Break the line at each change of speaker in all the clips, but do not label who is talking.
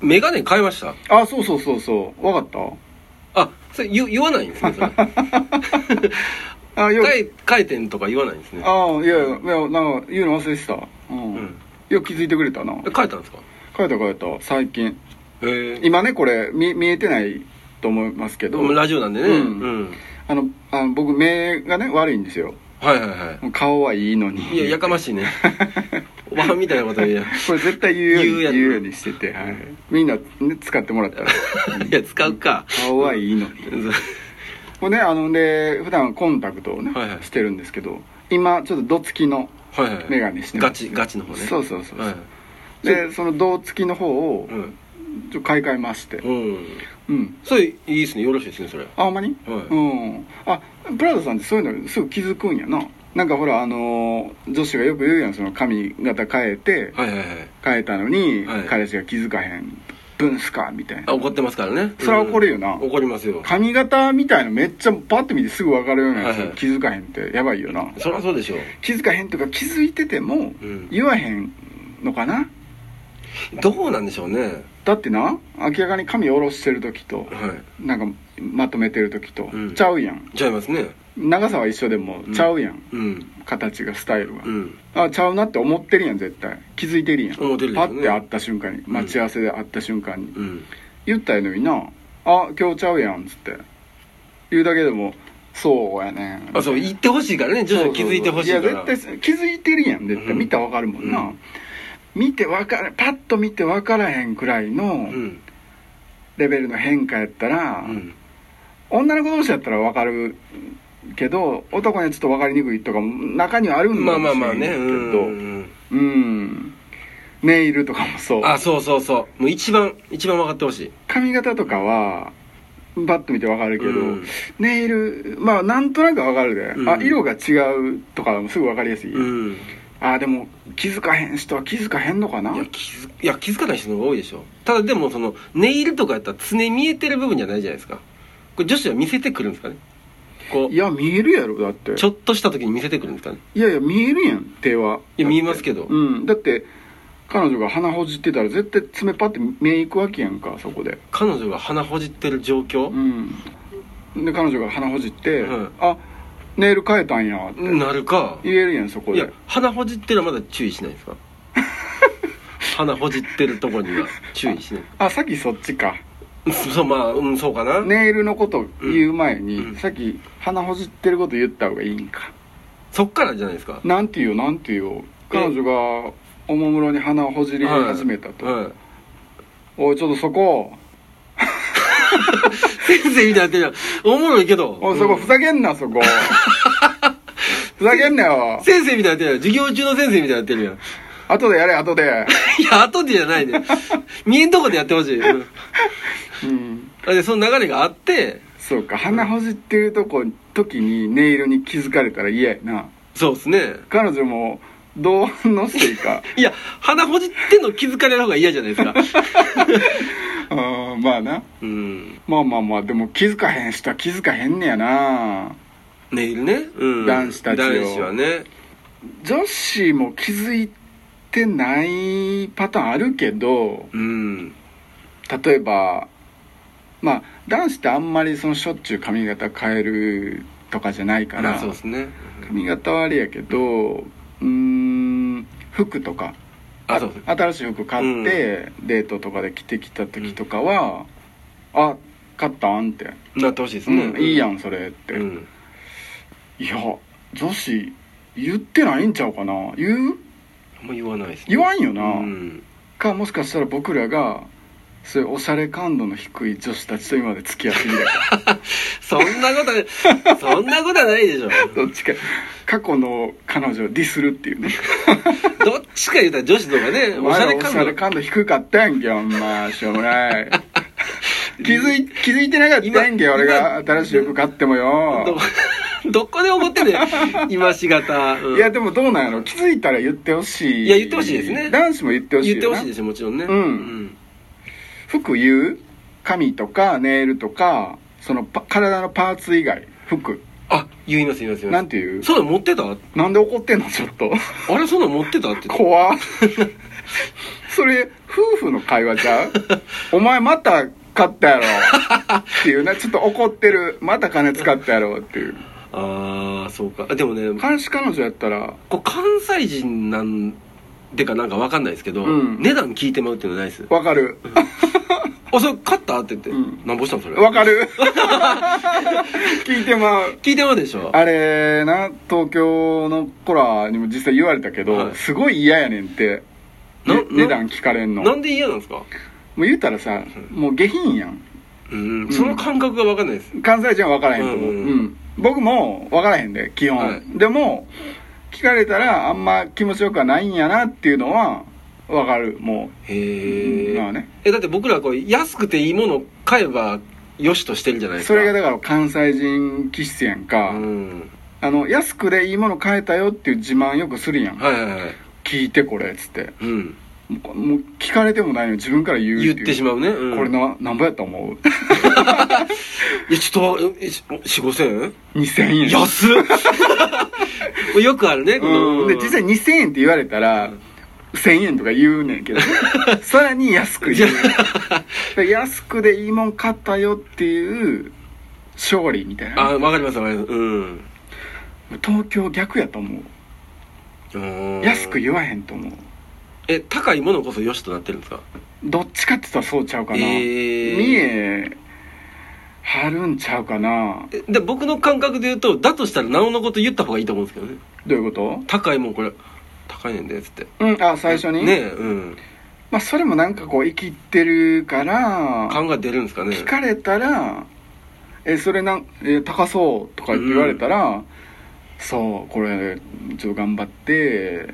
メガネ買いました
あ、そうそうそうそう。わかっ
あ、それ言言わないんですね、そ れ。
たあ、よ
回回転とか言わないんですね。
ああ、いやいや、いやなんか言うの忘れてた。う。
うんん。
よく気づいてくれたな。
え、変えたんですか
書いた書いた、最近。
へえ。
今ね、これ、見、見えてないと思いますけど、
ラジオなんでね。う
うん
ん。
あの、あの僕、目がね、悪いんですよ。
はいはいは
顔はいいの
い。
に。
いや、やかましい ね。おばはんみたいなこと言うやん。
これ絶対言うように
言うや
言
つ
うようにしてて、はい、みんな、ね、使ってもら ったら
いや、使うか。
顔はいいのにこれねあので普段コンタクトをね、
はいはい
してるんですけど今ちょっとドつきの
はいはい。
メガネしてま
ガ
す
チ、ガチの方ね。
そうそうそうそう
はい。
でその胴付きの方を
うん。
ちょっと買い替えまして
うん。
うん
それ、いいですね。よろしいですね、それ。
あほんまに、
はい
うんあプラザさんってそういうのすぐ気づくんやななんかほらあのー女子がよく言うやんその髪型変えて
はいはいはい。
変えたのに、
はい
彼氏が気づかへん分すかみたい
あ
な
怒ってますからね。
それは怒るよな
うん怒りますよ。
髪型みたいのめっちゃパッと見てすぐ分かるようなやつ、
はいはい
気づかへんってやばいよな
そりゃそうでしょう。
気づかへんとか気づいてても
うん
言わへんのかな
どうなんでしょうね。
だってな明らかに髪下ろしてる時と
は
なんかまとめてる時と、
うん
ちゃうやん
い。ちゃいますね。
長さは一緒でもちゃうやん、
うん。
形がスタイルが、
うん。
あちゃうなって思ってるやん絶対気づいてるやん
思ってるでし
パ
ょうね
ッて会った瞬間に待ち合わせで会った瞬間に、
うん。
言ったやのにな「あ今日ちゃうやん」っつって言うだけでも「そうやねん」
あ、そう、言ってほしいからね。徐々に気づいてほしいから。
や絶対気づいてるやん絶対
うん
見たらわかるもんな、
うん
見てわかるパッと見てわからへんくらいの
うん。
レベルの変化やったら、
うん。
女の子同士やったらわかるけど男にはちょっとわかりにくいとかも中にはあるんだ
まあまあまあね。うん。
うんネイルとかもそう
あ、そうそうそう。もう一番、一番分かってほしい。
髪型とかはバッと見てわかるけど、
うん
ネイルまあなんとなくわかるで、
うん
あ色が違うとかもすぐわかりやすい、
うん。
あでも気づかへん人は気づかへんのかない
や、気づ、いや、気づかない人の方が多いでしょ。ただでも、その、ネイルとかやったら常見えてる部分じゃないじゃないですか。これ女子は見せてくるんですかね。こ
いや見えるやろだって
う、ちょっとした時に見せてくるんですかね。
いやいや見えるやん手はい
や、見えますすけど。
うんだって彼女が鼻ほじってたら絶対爪パって目いくわけやんかそこで
彼女が鼻ほじってる状況
う、んで彼女が鼻ほじって「
うん
あネイル変えたんや」って
なるか。
言えるやんそこ
いや
で
鼻ほじってるはまだ注意しないですか鼻ほじってるとこには注意しない
あさっきそっちか
うん そうまあうんそうかな、
ネイルのこと言う前に、
うん
さっき鼻ほじってること言った方がいいんか
そっからじゃないですか
なんて言うよなんて言うよ彼女がおもむろに鼻をほじり始めたと、
はい はい
おいちょっとそこ
先生みたいになってるやんおもろいけど
おいそこ
うん
ふざけんな そこふざけんなよ
先生みたいになってるやん授業中の先生みたいになってるやん
後でやれ後で
いや後でじゃない ね見えんとこでやってほしい、うん
うん
あでその流れがあって
そうか鼻ほじってるとこ時にネイルに気づかれたら嫌やな
そうですね
彼女もどう反応してい いか
いや鼻ほじってんの気づかれる方が嫌じゃないですか
あーまあな
うん
まあまあまあでも気づかへん人は気づかへんねやな
ネイルね、うん、
男子たちを
男子はね
女子も気づいてないパターンあるけど
うん
例えばまあ男子ってあんまりそのしょっちゅう髪型変えるとかじゃないか
まあ
ら
そうですね
髪型はあれやけどうーん服とか
あそうですね
新しい服買って、デートとかで着てきた時とかは「あ買ったん?」って
なってほしいで
「
すね、
うんいいやんそれ」って、
うん
いや女子言ってないんちゃうかな言う
あんま言わないですね
言わんよな、
うん、
かもしかしたら僕らがそういうおしゃれ感度の低い女子たちと今まで付き合ってみ たか
そんなことは そんなことはないでしょ
どっちか過去の彼女をディスるっていうね
どっちか言うたら女子の方がね
お
おし
前
ゃ
ら
れ
おし
感
ゃれ
度
感度低かったやんけお前しょうもない 気づい気づいてなかったやんけ
今
俺が新しい服買ってもよ
ど どこで思 ってんねん今しがた、うん
いやでもどうなんやろ気づいたら言ってほしい
いや言ってほしいですね
男子も言ってほしい
言って
よ
ほ
な
しいですよもちろんね
うん服言う髪とかネイルとかそのパ体のパーツ以外服
あ言います言います言い
な
ま
んていう
すそうだ持ってたあ
なんで怒ってんのちょっと
れそんなん持ってたって
怖っそれ夫婦の会話ちゃ うお前また買ったやろっていうねちょっと怒ってるまた金使ったやろっていう
ああそうかあでもね
監視彼女やったら
こう関西人なんでかなんかわかんないですけど、
うん
値段聞いてまうっていうのはないです
わかる
あそれ買ったって言って、
うん
なんぼしたのそれ
わかる聞いてまう
聞いてまうでしょ
あれな東京の子らにも実際言われたけど、
はい
すごい嫌やねんって
な
ね
な
値段聞かれんの
な
も
んで嫌なんですか
う言うたらさもう下品やん
うん、
ん
その感覚がわかんないです
関西人は分からへんと思う、
う
うんん
うん
僕も分からへんで基本、
はい
でも聞かれたらあんま気持ちよくはないんやなっていうのは分かるもう、
へえ、
まあね
えだって僕らこう安くていいもの買えばよしとしてるじゃないですか
それがだから関西人気質やんか、
うん
あの安くでいいもの買えたよっていう自慢よくするやん、
はいはいはい
聞いてこれっつって
うん
もうもう聞かれてもないのに自分から言う
言ってし
ま
まうね、うん、
これななんぼやと思う
いやちょっとえし4 5千円
2000円
安 っよくあるねこの、
うん、で実際2000円って言われたら、1000円とか言うね んけどさらに安く言うで安くでいいもん買ったよっていう勝利みたい
あ
な
わかりますわかりますうん
東京逆やと思う
うん
安く言わへんと思う
え高いものこそよしとなってるんですか
どっちかって言ったらそうちゃうかな、
えー
見え張るんちゃうかな
えで僕の感覚で言うとだとしたらなおのこと言った方がいいと思うんですけどね
どういうこ
高いもんこれ高いねんでっつって
とうんあ最初に
ねえうん
まあそれもなんかこう生きってるから
勘が出るんですかね
聞かれたら「えそれなん、え高そう」とか言われたら「そうこれちょっと頑張って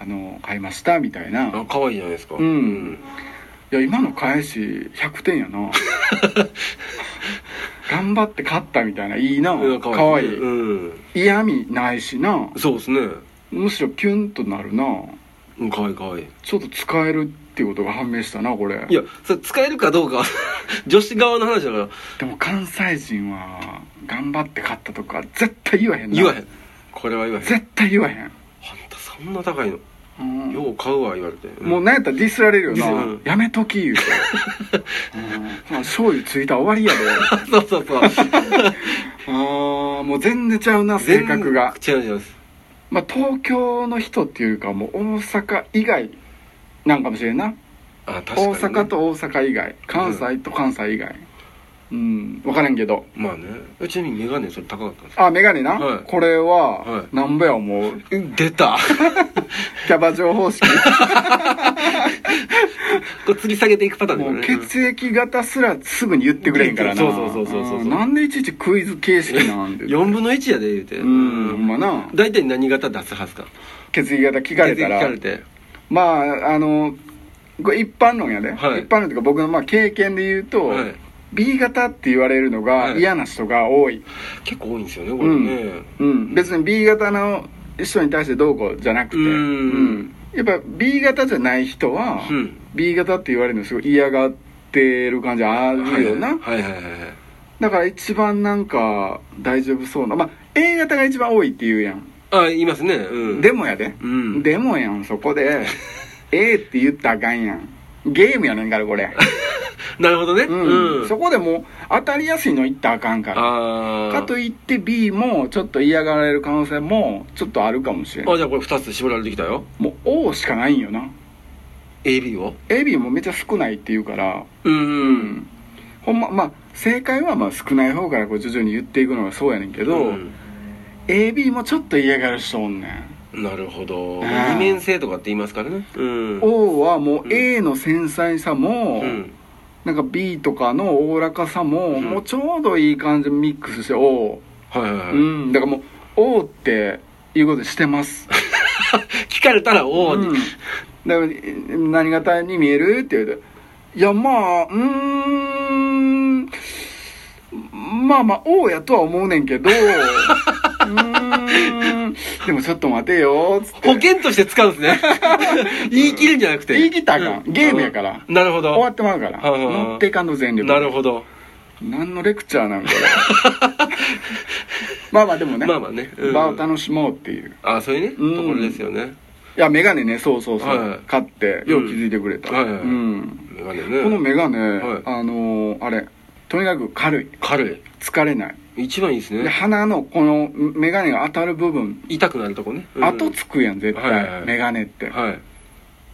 あの買いました」みたいな
あ可愛いじゃないですか
うん「いや今の返し100点やな」 「頑張って買った」みたいな「いいな」
うん
「かわいい」
うん
嫌味ないしな
そうですね
むしろキュンとなるな
うん可愛い可愛い
ちょっと使えるっていうことが判明したなこれ
いやそれ使えるかどうかは 女子側の話だから
でも関西人は頑張って買ったとか絶対言わへんな
言わへんこれは言わへんあん
絶対言わへん
たそんな高いの
うん
よう買うわ言われてん
もうなんやったらディスられるよな、
ディスうん
やめとき言うて、うんまあ、醤油ついたら終わりや で
そうそうそう
ああもう全然ちゃうな 性格が、
全然違う違う
まあ、東京の人っていうかもう大阪以外なんかもしれんな、
あ確かにね、
大阪と大阪以外関西と関西以外うん、わ分からんけど
まあねえちなみにメガネそれ高かったんですか
あメガネな、
はい
これ
は
はいなんぼや思う
出た
キャバ嬢方式
これ吊り下げていくパターンだ
も
よ
う
ね
血液型すらすぐに言ってくれへんからな
そうそうそうそうそうそう
あーなんでいちいちクイズ形式なんで
4分の1やで言うて
うんほんまな
大体何型出すはずか
血液型聞かれたら
聞かれて
まああのこれ一般論やで、
はい
一般論というか僕のまあ経験で言うと、
はい
B 型って言われるの
は
が
い
嫌な人が多い、
結構多いんですよねこれね、
うん、別に B 型の人に対してどうこうじゃなくて、
うん
やっぱ B 型じゃない人は、
うん
B 型って言われるのすごい嫌がってる感じあるよな、
はいはいはいはいはい
だから一番なんか大丈夫そうなまあ A 型が一番多いって言うやん、
あ言いますねうん
でもやで、
うん
でもやんそ こで A って言ったらあかんやんゲームやねんからこれ、
なるほどね
うん
うん
そこでもう当たりやすいの言ったらあかんから
ああ
かといって B もちょっと嫌がられる可能性もちょっとあるかもしれない
あじゃあこれ2つ絞られてきたよ
もう O しかないんよな
AB を
AB もめっちゃ少ないって言うから
うんう
うんんほんままあ正解はまあ少ない方からこう徐々に言っていくのがそうやねんけど、AB もちょっと嫌がる人おんねん
なるほど
ん
二面性とかって言いますからねうんう
O はも
う
うん A の繊細さも、
ん
なんか B とかのおおらかさも、
うん
もうちょうどいい感じでミックスして O、
はいはいはい
うんだからもう O っていうことにしてます、
聞かれたらおお
うん、だから何型に見えるって言うといやまあうーんまあまあ O やとは思うね んけどうーんでもちょっと待てよっつって
保険として使うんです ね言い切るんじゃなくて
言い切ったらあかん
うん
ゲームやから
うんなるほ
終わ
ど
ってまうから
はいはいはい
乗っていかんと全力
なるほど
何のレクチャーなんこれ まあまあでもね
まあまあねうん
場を楽しもうっていう
あそういうねと
うん
ころですよね
いや、メガネね、そうそうそう。
はい
買って、よう気づいてくれた。
はいはいはい
うん。
メガネね
このメガネ、
はい
あのーあれ、とにかく軽い。
軽
疲れない。
い一番いいです
で、
ね
鼻のこのメガネが当たる部分、
痛くなるとこね、うん
後つくやん、絶対。
はいはい
メガネって。
はい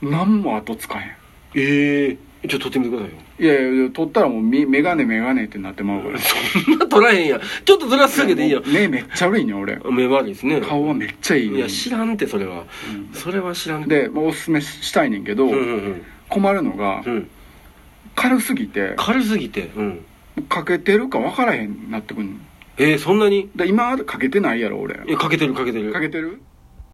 何も後つかへん。
ええちょっと撮ってみてくださいよ
いやいや、取ったらもうみメガネメガネってなってまうから。
そ んな撮らへんやんちょっとずらすだけでいいやん
もう目めっちゃ悪いねん俺。
目悪いですね
顔はめっちゃいい
い
ね
や
ん
知らんってそれはそれは知らん
で、まあおすすめしたいねんけど、
うんうんうん
困るのが
う、ん
軽すぎて、
軽すぎてうん
かけてるか分からへんなってくんねん
えー、そんなに
だ今までかけてないやろ俺
えかけてるかけてる
かけてる